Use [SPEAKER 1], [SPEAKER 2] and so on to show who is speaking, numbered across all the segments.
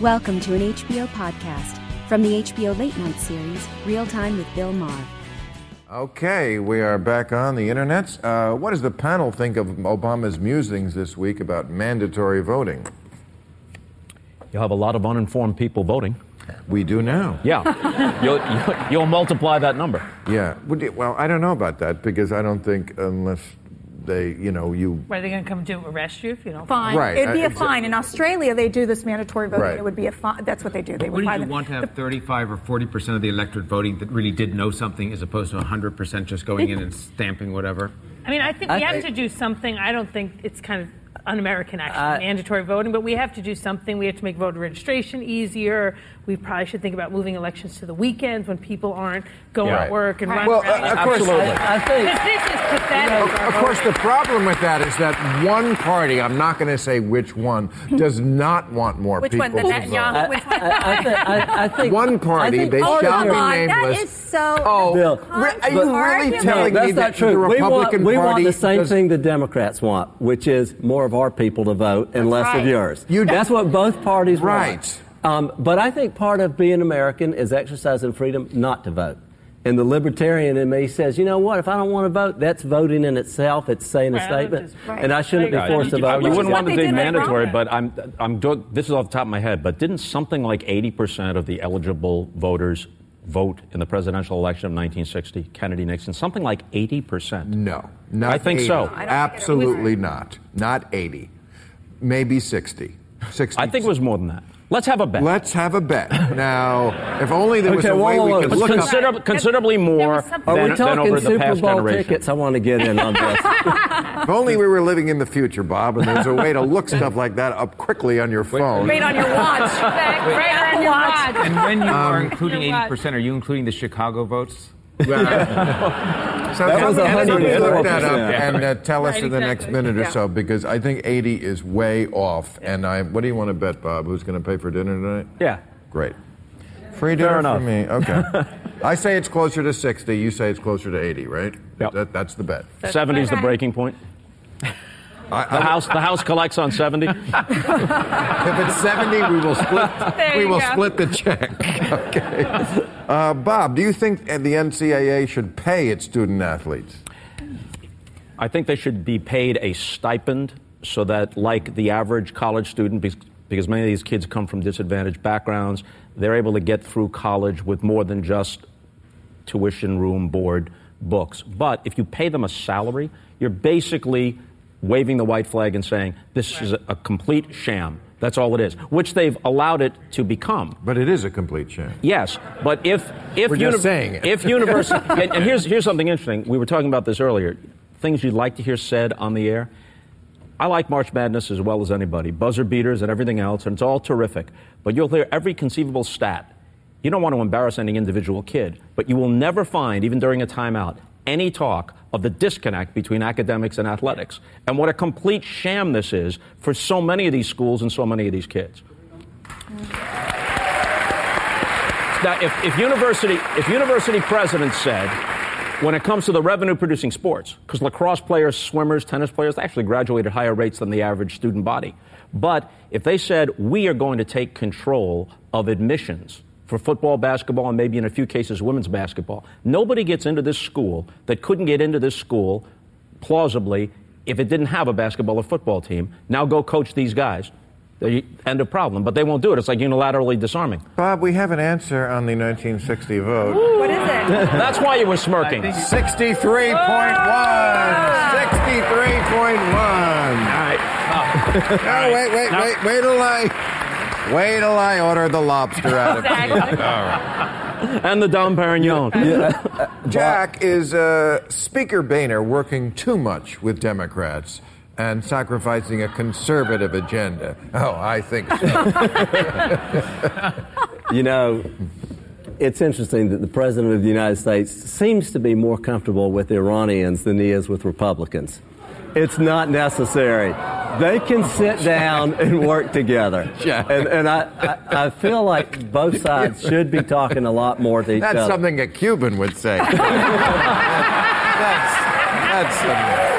[SPEAKER 1] Welcome to an HBO podcast from the HBO Late Night series, Real Time with Bill Maher.
[SPEAKER 2] Okay, we are back on the internet. Uh, what does the panel think of Obama's musings this week about mandatory voting?
[SPEAKER 3] You'll have a lot of uninformed people voting.
[SPEAKER 2] We do now.
[SPEAKER 3] Yeah. you'll, you'll, you'll multiply that number.
[SPEAKER 2] Yeah. Would you- Well, I don't know about that because I don't think unless they, you know, you.
[SPEAKER 4] What are they going to come do? Arrest you if you don't?
[SPEAKER 5] fine.
[SPEAKER 2] Right,
[SPEAKER 5] It'd be
[SPEAKER 2] uh,
[SPEAKER 5] a fine. In Australia, they do this mandatory voting.
[SPEAKER 2] Right.
[SPEAKER 5] It would be a fine. That's what they do. They would
[SPEAKER 6] Wouldn't
[SPEAKER 5] fine
[SPEAKER 6] you
[SPEAKER 5] them.
[SPEAKER 6] want to have 35 or 40 percent of the electorate voting that really did know something, as opposed to 100 percent just going in and stamping whatever?
[SPEAKER 4] I mean, I think we have to do something. I don't think it's kind of un-American action, mandatory voting, but we have to do something. We have to make voter registration easier. We probably should think about moving elections to the weekends when people aren't going
[SPEAKER 2] Yeah.
[SPEAKER 4] to work and
[SPEAKER 5] Right.
[SPEAKER 4] running
[SPEAKER 2] Well,
[SPEAKER 4] around.
[SPEAKER 2] uh, of course- Absolutely.
[SPEAKER 4] I, think this is pathetic.
[SPEAKER 2] Of course, the problem with that is that one party, I'm not going to say which one, does not want more
[SPEAKER 5] Which
[SPEAKER 2] people
[SPEAKER 5] one? The
[SPEAKER 2] to
[SPEAKER 5] Netanyahu?
[SPEAKER 2] vote. Uh,
[SPEAKER 5] Which one?
[SPEAKER 7] I, thi- I, I think
[SPEAKER 2] One party,
[SPEAKER 7] I think
[SPEAKER 2] they
[SPEAKER 7] all
[SPEAKER 2] shall
[SPEAKER 7] of
[SPEAKER 2] be
[SPEAKER 7] them-
[SPEAKER 5] God, that
[SPEAKER 2] nameless.
[SPEAKER 5] is so
[SPEAKER 2] Oh,
[SPEAKER 7] Bill.
[SPEAKER 2] re- are you really
[SPEAKER 5] No,
[SPEAKER 2] telling
[SPEAKER 7] that's
[SPEAKER 2] me
[SPEAKER 7] not
[SPEAKER 2] that
[SPEAKER 7] true.
[SPEAKER 2] the
[SPEAKER 7] we want,
[SPEAKER 2] Republican
[SPEAKER 7] we
[SPEAKER 2] Party
[SPEAKER 7] want the same
[SPEAKER 2] does-
[SPEAKER 7] thing the Democrats want, which is more of our people to vote and less
[SPEAKER 4] right.
[SPEAKER 7] of yours.
[SPEAKER 2] You-
[SPEAKER 7] that's what both parties
[SPEAKER 2] Right.
[SPEAKER 7] want. Um, but I think part of being American is exercising freedom not to vote. And the libertarian in me says, you know what? If I don't want to vote, that's voting in itself. It's saying
[SPEAKER 4] Right,
[SPEAKER 7] a
[SPEAKER 4] I
[SPEAKER 7] statement,
[SPEAKER 4] just- right.
[SPEAKER 7] and I shouldn't
[SPEAKER 4] Right.
[SPEAKER 7] be forced to
[SPEAKER 4] You-
[SPEAKER 7] vote.
[SPEAKER 4] you
[SPEAKER 7] not
[SPEAKER 4] wouldn't
[SPEAKER 7] vote.
[SPEAKER 4] want to do mandatory,
[SPEAKER 3] but I'm, I'm doing, this is off the top of my head, but didn't something like 80% of the eligible voters vote in the presidential election of 1960, Kennedy, Nixon? Something like 80%.
[SPEAKER 2] No, not
[SPEAKER 3] I think
[SPEAKER 2] 80.
[SPEAKER 3] so.
[SPEAKER 5] I don't think it was-
[SPEAKER 2] Absolutely not. Not 80. Maybe 60. 60.
[SPEAKER 3] I think it was more than that. Let's have a bet.
[SPEAKER 2] Let's have a bet. Now, if only there was
[SPEAKER 7] Okay,
[SPEAKER 2] a way
[SPEAKER 7] whoa, whoa,
[SPEAKER 2] we could
[SPEAKER 7] whoa.
[SPEAKER 3] It's
[SPEAKER 2] look up.
[SPEAKER 3] considerab- considerably more
[SPEAKER 4] was something-
[SPEAKER 7] Are
[SPEAKER 3] than,
[SPEAKER 7] we
[SPEAKER 3] than
[SPEAKER 7] talking
[SPEAKER 3] over the
[SPEAKER 7] Super
[SPEAKER 3] past
[SPEAKER 7] Bowl
[SPEAKER 3] generation.
[SPEAKER 7] tickets? I want to get in on this.
[SPEAKER 2] If only we were living in the future, Bob, and there's a way to look stuff like that up quickly on your phone.
[SPEAKER 5] Right on your watch.
[SPEAKER 4] Right on your watch.
[SPEAKER 6] And when Um, you are including
[SPEAKER 4] You know what?
[SPEAKER 6] 80 percent, are you including the Chicago votes?
[SPEAKER 2] Yeah. so
[SPEAKER 7] That was
[SPEAKER 2] somebody-
[SPEAKER 7] 100%.
[SPEAKER 2] Look that up and uh, tell us
[SPEAKER 4] Right,
[SPEAKER 2] in the next
[SPEAKER 4] exactly.
[SPEAKER 2] minute or so because I think 80 is way off. And I, what do you want to bet, Bob? Who's going to pay for dinner tonight?
[SPEAKER 3] Yeah.
[SPEAKER 2] Great. Free dinner
[SPEAKER 3] enough.
[SPEAKER 2] for me. Okay. I say it's closer to 60. You say it's closer to 80, right?
[SPEAKER 3] Yep.
[SPEAKER 2] That, that's the bet.
[SPEAKER 3] 70 is the breaking point.
[SPEAKER 2] I,
[SPEAKER 3] The
[SPEAKER 2] I-
[SPEAKER 3] house, the house collects on 70.
[SPEAKER 2] if it's 70, we will split.
[SPEAKER 4] There
[SPEAKER 2] we
[SPEAKER 4] you
[SPEAKER 2] will
[SPEAKER 4] go.
[SPEAKER 2] split the check. Okay. Uh, Bob, do you think uh, the NCAA should pay its student athletes?
[SPEAKER 3] I think they should be paid a stipend so that, like the average college student, bec- because many of these kids come from disadvantaged backgrounds, they're able to get through college with more than just tuition, room, board, books. But if you pay them a salary, you're basically waving the white flag and saying, this is a, a complete sham. That's all it is, which they've allowed it to become.
[SPEAKER 2] But it is a complete sham.
[SPEAKER 3] Yes, but if if
[SPEAKER 2] We're just saying it.
[SPEAKER 3] if university and, and here's here's something interesting. We were talking about this earlier. Things you'd like to hear said on the air. I like March Madness as well as anybody. Buzzer beaters and everything else, and it's all terrific. But you'll hear every conceivable stat. You don't want to embarrass any individual kid, but you will never find, even during a timeout, any talk of the disconnect between academics and athletics, and what a complete sham this is for so many of these schools and so many of these kids. Now, if, if university if university presidents said, when it comes to the revenue producing sports, because lacrosse players, swimmers, tennis players, they actually graduate at higher rates than the average student body. But if they said we are going to take control of admissions for football, basketball, and maybe in a few cases women's basketball, nobody gets into this school that couldn't get into this school plausibly if it didn't have a basketball or football team. Now go coach these guys. They end of problem. But they won't do it. It's like unilaterally disarming.
[SPEAKER 2] Bob, we have an answer on the 1960 vote.
[SPEAKER 5] What is it?
[SPEAKER 3] That's why you were smirking.
[SPEAKER 2] 63.1.
[SPEAKER 4] Ah.
[SPEAKER 2] 63.1.
[SPEAKER 3] All right.
[SPEAKER 2] No, Oh, wait, wait, wait, wait till I, wait till I order the lobster out of here.
[SPEAKER 3] And the Dom Perignon.
[SPEAKER 2] Jack is uh, Speaker Boehner working too much with Democrats, and sacrificing a conservative agenda. Oh, I think so.
[SPEAKER 7] You know, it's interesting that the President of the United States seems to be more comfortable with Iranians than he is with Republicans. It's not necessary. They can sit down and work together.
[SPEAKER 2] Jack.
[SPEAKER 7] And, and I, I, I feel like both sides should be talking a lot more to each
[SPEAKER 2] That's
[SPEAKER 7] other.
[SPEAKER 2] something a Cuban would say. that's, that's something.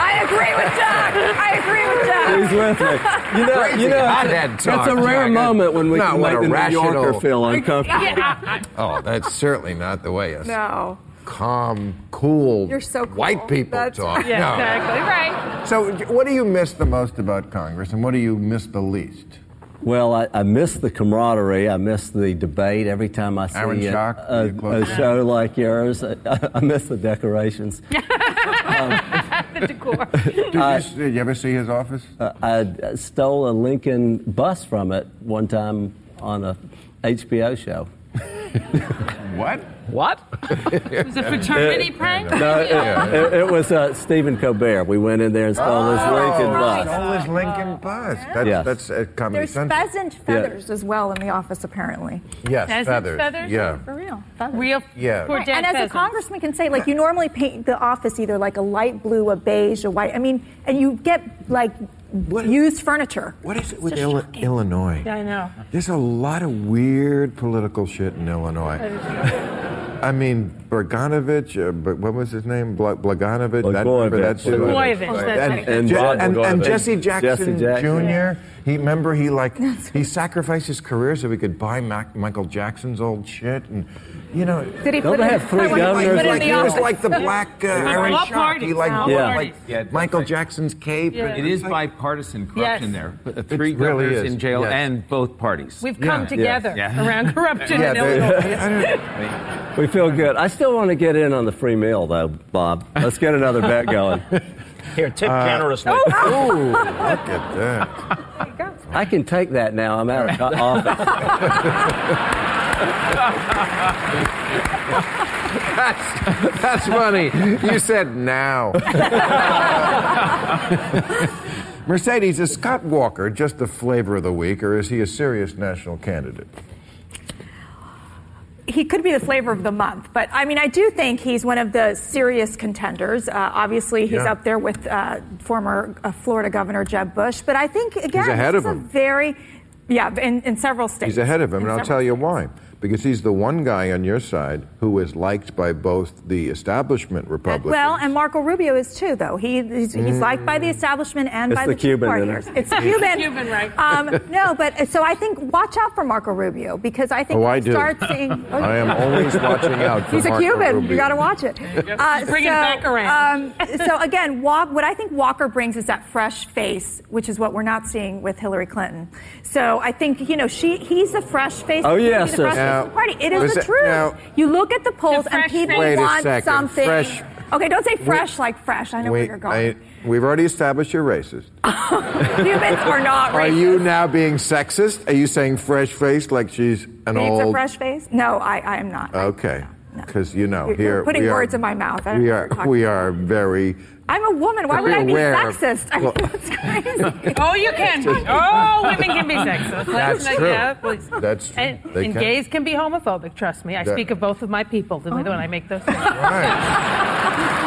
[SPEAKER 5] I agree with Doug. I agree with Doug.
[SPEAKER 7] He's with me. You know,
[SPEAKER 2] Crazy
[SPEAKER 7] you know
[SPEAKER 2] hothead
[SPEAKER 7] it's, a,
[SPEAKER 2] talk,
[SPEAKER 7] it's a rare
[SPEAKER 2] Jack.
[SPEAKER 7] moment when we
[SPEAKER 2] Not
[SPEAKER 7] can
[SPEAKER 2] what
[SPEAKER 7] make
[SPEAKER 2] a
[SPEAKER 7] the New
[SPEAKER 2] rational-
[SPEAKER 7] Yorker feel uncomfortable.
[SPEAKER 2] Oh, that's certainly not the way us
[SPEAKER 5] No.
[SPEAKER 2] calm, cool,
[SPEAKER 5] You're so cool.
[SPEAKER 2] white people
[SPEAKER 5] That's-
[SPEAKER 2] talk.
[SPEAKER 4] Yeah,
[SPEAKER 2] No.
[SPEAKER 4] exactly. Right.
[SPEAKER 2] So, j- what do you miss the most about Congress, and what do you miss the least?
[SPEAKER 7] Well, I, I miss the camaraderie. I miss the debate every time I see
[SPEAKER 2] Aaron
[SPEAKER 7] a,
[SPEAKER 2] Schock,
[SPEAKER 7] a-
[SPEAKER 2] you close
[SPEAKER 7] a
[SPEAKER 2] to that.
[SPEAKER 7] show like yours. I, I miss the decorations.
[SPEAKER 4] The decor.
[SPEAKER 2] Did, you,
[SPEAKER 7] Uh,
[SPEAKER 2] s- did you ever see his office?
[SPEAKER 7] I stole a Lincoln bus from it one time on a HBO show.
[SPEAKER 2] Oh, what?
[SPEAKER 3] What?
[SPEAKER 4] It was a fraternity
[SPEAKER 2] Uh,
[SPEAKER 4] prank.
[SPEAKER 7] No, it, it- it was uh, Stephen Colbert. We went in there and stole his
[SPEAKER 2] Oh,
[SPEAKER 4] Oh,
[SPEAKER 7] Lincoln
[SPEAKER 5] right.
[SPEAKER 7] bus.
[SPEAKER 2] All his Lincoln bus. That's,
[SPEAKER 7] Yes.
[SPEAKER 2] that's uh, Comedy
[SPEAKER 5] There's
[SPEAKER 2] Central.
[SPEAKER 5] pheasant feathers as well in the office, apparently.
[SPEAKER 2] Yes,
[SPEAKER 4] Pheasant
[SPEAKER 2] feathers.
[SPEAKER 4] feathers?
[SPEAKER 2] Yeah.
[SPEAKER 5] For real. Feathers.
[SPEAKER 4] Real.
[SPEAKER 2] Yeah.
[SPEAKER 4] Poor
[SPEAKER 2] Right,
[SPEAKER 4] dead
[SPEAKER 5] and as a
[SPEAKER 4] pheasants.
[SPEAKER 5] congressman can say, like, you normally paint the office either like a light blue, a beige, a white. I mean, and you get like used furniture.
[SPEAKER 2] What is it with Ili- Illinois?
[SPEAKER 4] Yeah, I know.
[SPEAKER 2] There's a lot of weird political shit in Illinois. I mean, Berganovich, uh, but what was his name? Bla- Blaganovich. that- remember that
[SPEAKER 7] Blagojevich.
[SPEAKER 2] dude?
[SPEAKER 4] Blagojevich, that's
[SPEAKER 2] And,
[SPEAKER 4] right.
[SPEAKER 7] And
[SPEAKER 2] Je-
[SPEAKER 7] Rod
[SPEAKER 2] and- and
[SPEAKER 7] Blagojevich.
[SPEAKER 2] Jesse Jackson,
[SPEAKER 7] Jesse Jackson.
[SPEAKER 2] Jr. He remember he like he sacrificed his career so he could buy Mac- Michael Jackson's old shit, and you know.
[SPEAKER 5] Did he
[SPEAKER 7] Don't
[SPEAKER 5] put
[SPEAKER 7] they
[SPEAKER 5] it
[SPEAKER 7] have
[SPEAKER 5] in,
[SPEAKER 7] three
[SPEAKER 5] I wonder if He,
[SPEAKER 7] governors
[SPEAKER 5] put it
[SPEAKER 7] like
[SPEAKER 5] in
[SPEAKER 2] he
[SPEAKER 5] the
[SPEAKER 7] this?
[SPEAKER 2] was
[SPEAKER 5] office.
[SPEAKER 2] like the black uh, Aaron
[SPEAKER 4] What
[SPEAKER 2] Schock. He
[SPEAKER 4] parties?
[SPEAKER 2] like
[SPEAKER 4] Yeah.
[SPEAKER 2] bought,
[SPEAKER 7] Yeah.
[SPEAKER 2] like
[SPEAKER 6] Yeah,
[SPEAKER 2] Michael
[SPEAKER 6] that's right.
[SPEAKER 2] Jackson's cape.
[SPEAKER 4] Yeah.
[SPEAKER 2] and
[SPEAKER 6] It is bipartisan corruption there. But the
[SPEAKER 2] It
[SPEAKER 6] three
[SPEAKER 2] really
[SPEAKER 6] governors
[SPEAKER 2] is,
[SPEAKER 6] in jail
[SPEAKER 2] yes.
[SPEAKER 6] and both parties.
[SPEAKER 4] We've come
[SPEAKER 2] Yeah.
[SPEAKER 4] together
[SPEAKER 6] Yeah.
[SPEAKER 4] around corruption
[SPEAKER 2] Yeah,
[SPEAKER 4] in
[SPEAKER 2] they-
[SPEAKER 4] Illinois.
[SPEAKER 2] I don't-
[SPEAKER 7] We feel good. I still want to get in on the free meal, though, Bob. Let's get another bet going.
[SPEAKER 3] Here, tip generously.
[SPEAKER 2] Ooh, look at that.
[SPEAKER 7] I can take that now. I'm out of co- office.
[SPEAKER 2] That's, that's funny. You said now. Mercedes, is Scott Walker just the flavor of the week, or is he a serious national candidate?
[SPEAKER 5] he could be the flavor of the month, but I mean, I do think he's one of the serious contenders. Uh, obviously, he's
[SPEAKER 2] Yeah.
[SPEAKER 5] up there with uh, former uh, Florida Governor Jeb Bush, but I think again,
[SPEAKER 2] ahead
[SPEAKER 5] this
[SPEAKER 2] of
[SPEAKER 5] is
[SPEAKER 2] him.
[SPEAKER 5] A very, yeah, in, in several states.
[SPEAKER 2] He's ahead of him,
[SPEAKER 5] In
[SPEAKER 2] and I'll
[SPEAKER 5] several
[SPEAKER 2] tell you why. Because he's the one guy on your side who is liked by both the establishment Republicans.
[SPEAKER 5] Uh,
[SPEAKER 2] Mm.
[SPEAKER 5] Well, and Marco Rubio is too, though. He, he's, he's liked by the establishment and
[SPEAKER 7] It's
[SPEAKER 5] by
[SPEAKER 7] the
[SPEAKER 5] the,
[SPEAKER 7] Cuban in
[SPEAKER 5] partners.
[SPEAKER 7] him.
[SPEAKER 5] It's Cuban.
[SPEAKER 4] Cuban, right.
[SPEAKER 5] Um, no, but so I think watch out for Marco Rubio because I think
[SPEAKER 2] Oh,
[SPEAKER 5] if
[SPEAKER 2] I
[SPEAKER 5] you
[SPEAKER 2] do.
[SPEAKER 5] start seeing. Oh,
[SPEAKER 2] I am always watching out for
[SPEAKER 5] He's a
[SPEAKER 2] Marco
[SPEAKER 5] Cuban.
[SPEAKER 2] Rubio.
[SPEAKER 5] You got to watch it. Uh,
[SPEAKER 4] Bring it back around.
[SPEAKER 5] Um, so again, Walk, what I think Walker brings is that fresh face, which is what we're not seeing with Hillary Clinton. So I think you know she he's a fresh face.
[SPEAKER 7] Oh,
[SPEAKER 5] He's the
[SPEAKER 7] yes,
[SPEAKER 5] fresh
[SPEAKER 7] sir.
[SPEAKER 5] face of the party. It is
[SPEAKER 2] Listen,
[SPEAKER 5] the truth.
[SPEAKER 2] now-
[SPEAKER 5] you look at the polls
[SPEAKER 4] The
[SPEAKER 5] and
[SPEAKER 4] fresh
[SPEAKER 5] people
[SPEAKER 4] face.
[SPEAKER 2] Wait a
[SPEAKER 5] want
[SPEAKER 2] second.
[SPEAKER 5] something.
[SPEAKER 2] Fresh-
[SPEAKER 5] Okay, don't say fresh like fresh. I know where
[SPEAKER 2] Wait,
[SPEAKER 5] you're going.
[SPEAKER 2] I- we've already established you're racist.
[SPEAKER 5] Cubans are not
[SPEAKER 2] Are
[SPEAKER 5] racist.
[SPEAKER 2] you now being sexist? Are you saying fresh faced like she's an
[SPEAKER 5] Nate's
[SPEAKER 2] old?
[SPEAKER 5] a fresh face? No, I, I am not.
[SPEAKER 2] Okay,
[SPEAKER 5] No.
[SPEAKER 2] because you know
[SPEAKER 5] You're-
[SPEAKER 2] here
[SPEAKER 5] you're putting
[SPEAKER 2] we are-
[SPEAKER 5] words in my mouth. I don't
[SPEAKER 2] we
[SPEAKER 5] know what
[SPEAKER 2] are
[SPEAKER 5] you're talking
[SPEAKER 2] we
[SPEAKER 5] about.
[SPEAKER 2] are very.
[SPEAKER 5] I'm a woman. Why would
[SPEAKER 2] Be
[SPEAKER 5] I be
[SPEAKER 2] aware of-
[SPEAKER 5] sexist? I mean,
[SPEAKER 2] Well-
[SPEAKER 5] that's crazy.
[SPEAKER 4] Oh, you can be. Oh, women can be sexist. Let's
[SPEAKER 2] That's
[SPEAKER 4] not-
[SPEAKER 2] true.
[SPEAKER 4] yeah, please.
[SPEAKER 2] That's true.
[SPEAKER 4] And,
[SPEAKER 2] They
[SPEAKER 4] and
[SPEAKER 2] can.
[SPEAKER 4] gays can be homophobic. Trust me, I
[SPEAKER 2] That-
[SPEAKER 4] speak of both of my people when when I make those. Things.
[SPEAKER 2] All right.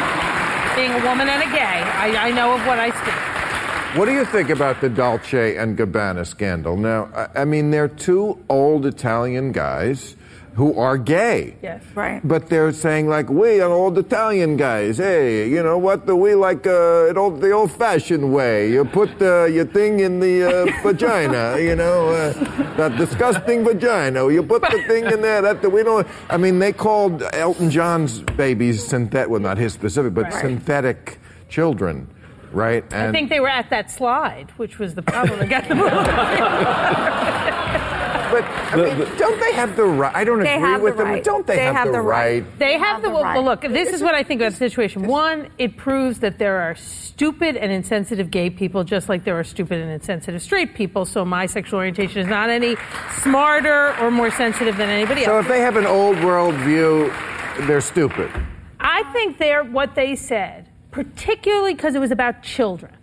[SPEAKER 4] Being a woman and a gay, I, I know of what I speak.
[SPEAKER 2] what do you think about the Dolce and Gabbana scandal? Now, I, I mean, they're two old Italian guys who are gay.
[SPEAKER 4] Yes.
[SPEAKER 5] Right.
[SPEAKER 2] But they're saying like we are old Italian guys. Hey, you know what? The we like uh, it old, the old-fashioned way. You put the, your thing in the uh, vagina. You know uh, that disgusting vagina. You put the thing in there. That the, we don't. I mean, they called Elton John's babies synthetic. Well, not his specific, but
[SPEAKER 4] Right.
[SPEAKER 2] synthetic children, right? And
[SPEAKER 4] I think they were at that slide, which was the problem that got them.
[SPEAKER 2] But I mean, don't they have the right? I don't
[SPEAKER 5] They
[SPEAKER 2] agree
[SPEAKER 5] have the
[SPEAKER 2] with them.
[SPEAKER 5] right.
[SPEAKER 2] Don't they, have, the, right?
[SPEAKER 4] They have the,
[SPEAKER 5] the right.
[SPEAKER 4] well, look. This is what I think about the situation. One, it proves that there are stupid and insensitive gay people, just like there are stupid and insensitive straight people. So my sexual orientation is not any smarter or more sensitive than anybody
[SPEAKER 2] So
[SPEAKER 4] else.
[SPEAKER 2] if they have an old world view, they're stupid.
[SPEAKER 4] I think they're what they said, particularly because it was about children.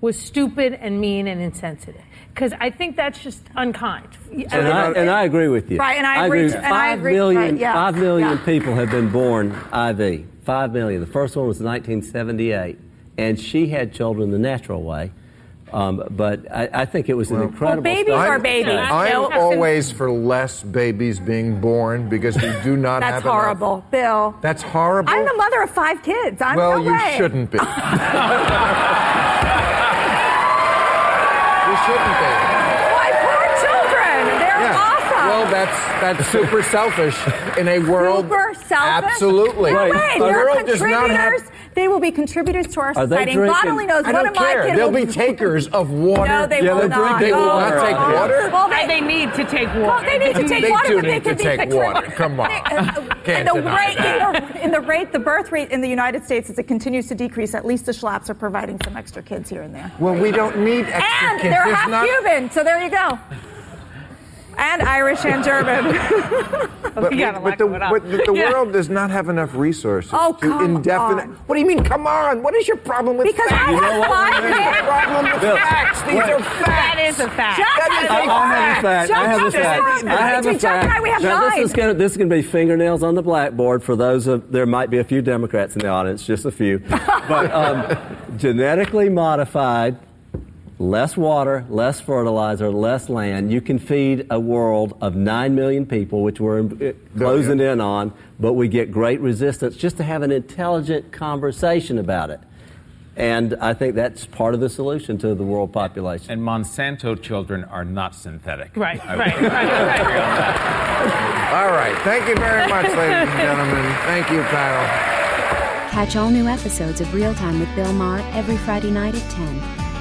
[SPEAKER 4] was stupid and mean and insensitive. Because I think that's just unkind.
[SPEAKER 7] And I, and I agree with you.
[SPEAKER 5] Right, and I agree too, and I
[SPEAKER 7] Five
[SPEAKER 5] agree,
[SPEAKER 7] million-
[SPEAKER 5] right, yeah,
[SPEAKER 7] five million
[SPEAKER 5] yeah.
[SPEAKER 7] people have been born IV. Five million. The first one was in 1978, and she had children the natural way. Um, but I, I think it was an incredible.
[SPEAKER 5] babies
[SPEAKER 7] study.
[SPEAKER 5] are babies.
[SPEAKER 4] Yeah.
[SPEAKER 2] I'm
[SPEAKER 4] Don't-
[SPEAKER 2] always for less babies being born because we do not have
[SPEAKER 5] That's
[SPEAKER 2] enough.
[SPEAKER 5] horrible, Bill.
[SPEAKER 2] That's horrible.
[SPEAKER 5] I'm the mother of five kids. I'm
[SPEAKER 2] well,
[SPEAKER 5] no
[SPEAKER 2] you
[SPEAKER 5] way.
[SPEAKER 2] shouldn't be. you shouldn't be.
[SPEAKER 5] My poor children. They're
[SPEAKER 2] Yeah.
[SPEAKER 5] awesome.
[SPEAKER 2] Well, that's that's super selfish in a world.
[SPEAKER 5] Super selfish.
[SPEAKER 2] Absolutely.
[SPEAKER 5] No
[SPEAKER 7] Right.
[SPEAKER 5] way.
[SPEAKER 7] The
[SPEAKER 5] They're
[SPEAKER 2] world does not have-
[SPEAKER 5] contributors. They will be contributors to our
[SPEAKER 7] Are they
[SPEAKER 5] society. And God
[SPEAKER 7] drinking?
[SPEAKER 5] only knows
[SPEAKER 2] I
[SPEAKER 5] one
[SPEAKER 2] don't
[SPEAKER 5] of my
[SPEAKER 2] care.
[SPEAKER 5] kids.
[SPEAKER 2] They'll
[SPEAKER 5] will-
[SPEAKER 2] be takers of water.
[SPEAKER 5] No, they
[SPEAKER 7] Yeah,
[SPEAKER 5] will
[SPEAKER 7] they're
[SPEAKER 5] not. Oh,
[SPEAKER 7] drinking
[SPEAKER 2] They will
[SPEAKER 7] water.
[SPEAKER 2] not take
[SPEAKER 7] Yeah.
[SPEAKER 2] water.
[SPEAKER 5] Well,
[SPEAKER 4] And
[SPEAKER 5] they,
[SPEAKER 4] they need to take water.
[SPEAKER 5] well, they need to take
[SPEAKER 2] They
[SPEAKER 5] water,
[SPEAKER 2] do
[SPEAKER 5] but they
[SPEAKER 2] need to
[SPEAKER 5] can be
[SPEAKER 2] take
[SPEAKER 5] fixed.
[SPEAKER 2] water. Come on.
[SPEAKER 5] and
[SPEAKER 2] Can't
[SPEAKER 5] the
[SPEAKER 2] deny
[SPEAKER 5] rate, in the, in the rate, the birth rate in the United States, as it continues to decrease, at least the schlaps are providing some extra kids here and there.
[SPEAKER 2] Well, we don't need extra
[SPEAKER 5] And
[SPEAKER 2] kids.
[SPEAKER 5] they're
[SPEAKER 2] There's
[SPEAKER 5] half
[SPEAKER 2] not-
[SPEAKER 5] Cuban, so there you go. And Irish and German.
[SPEAKER 2] But,
[SPEAKER 4] You
[SPEAKER 2] we-
[SPEAKER 4] gotta
[SPEAKER 2] but the,
[SPEAKER 4] lock it up.
[SPEAKER 2] but the, the
[SPEAKER 4] Yeah.
[SPEAKER 2] world does not have enough resources
[SPEAKER 5] Oh,
[SPEAKER 2] to
[SPEAKER 5] come
[SPEAKER 2] indefinite.
[SPEAKER 5] on.
[SPEAKER 2] What do you mean? Come on! What is your problem with
[SPEAKER 5] Because
[SPEAKER 2] facts?
[SPEAKER 5] I You have know what, five
[SPEAKER 2] What is your
[SPEAKER 5] kids.
[SPEAKER 2] problem with
[SPEAKER 7] Bill,
[SPEAKER 2] facts? These
[SPEAKER 7] wait.
[SPEAKER 2] are facts.
[SPEAKER 4] That is a fact.
[SPEAKER 5] Just
[SPEAKER 2] That is
[SPEAKER 7] I, I have a fact. I have a
[SPEAKER 5] Shut up.
[SPEAKER 7] fact. I have a
[SPEAKER 5] Between Chuck and I,
[SPEAKER 7] fact.
[SPEAKER 5] we have
[SPEAKER 7] now,
[SPEAKER 5] nine.
[SPEAKER 7] This is gonna this is gonna be fingernails on the blackboard for those of there might be a few Democrats in the audience, just a few. but um, genetically modified, less water, less fertilizer, less land. You can feed a world of nine million people, which we're uh,
[SPEAKER 5] Oh,
[SPEAKER 7] closing in on, but we get great resistance just to have an intelligent conversation about it. And I think that's part of the solution to the world population.
[SPEAKER 6] And Monsanto children are not synthetic. Uh,
[SPEAKER 4] Right,
[SPEAKER 6] I-
[SPEAKER 4] right, right, right.
[SPEAKER 2] All right. Thank you very much, ladies and gentlemen. Thank you, panel.
[SPEAKER 1] Catch all new episodes of Real Time with Bill Maher every Friday night at 10,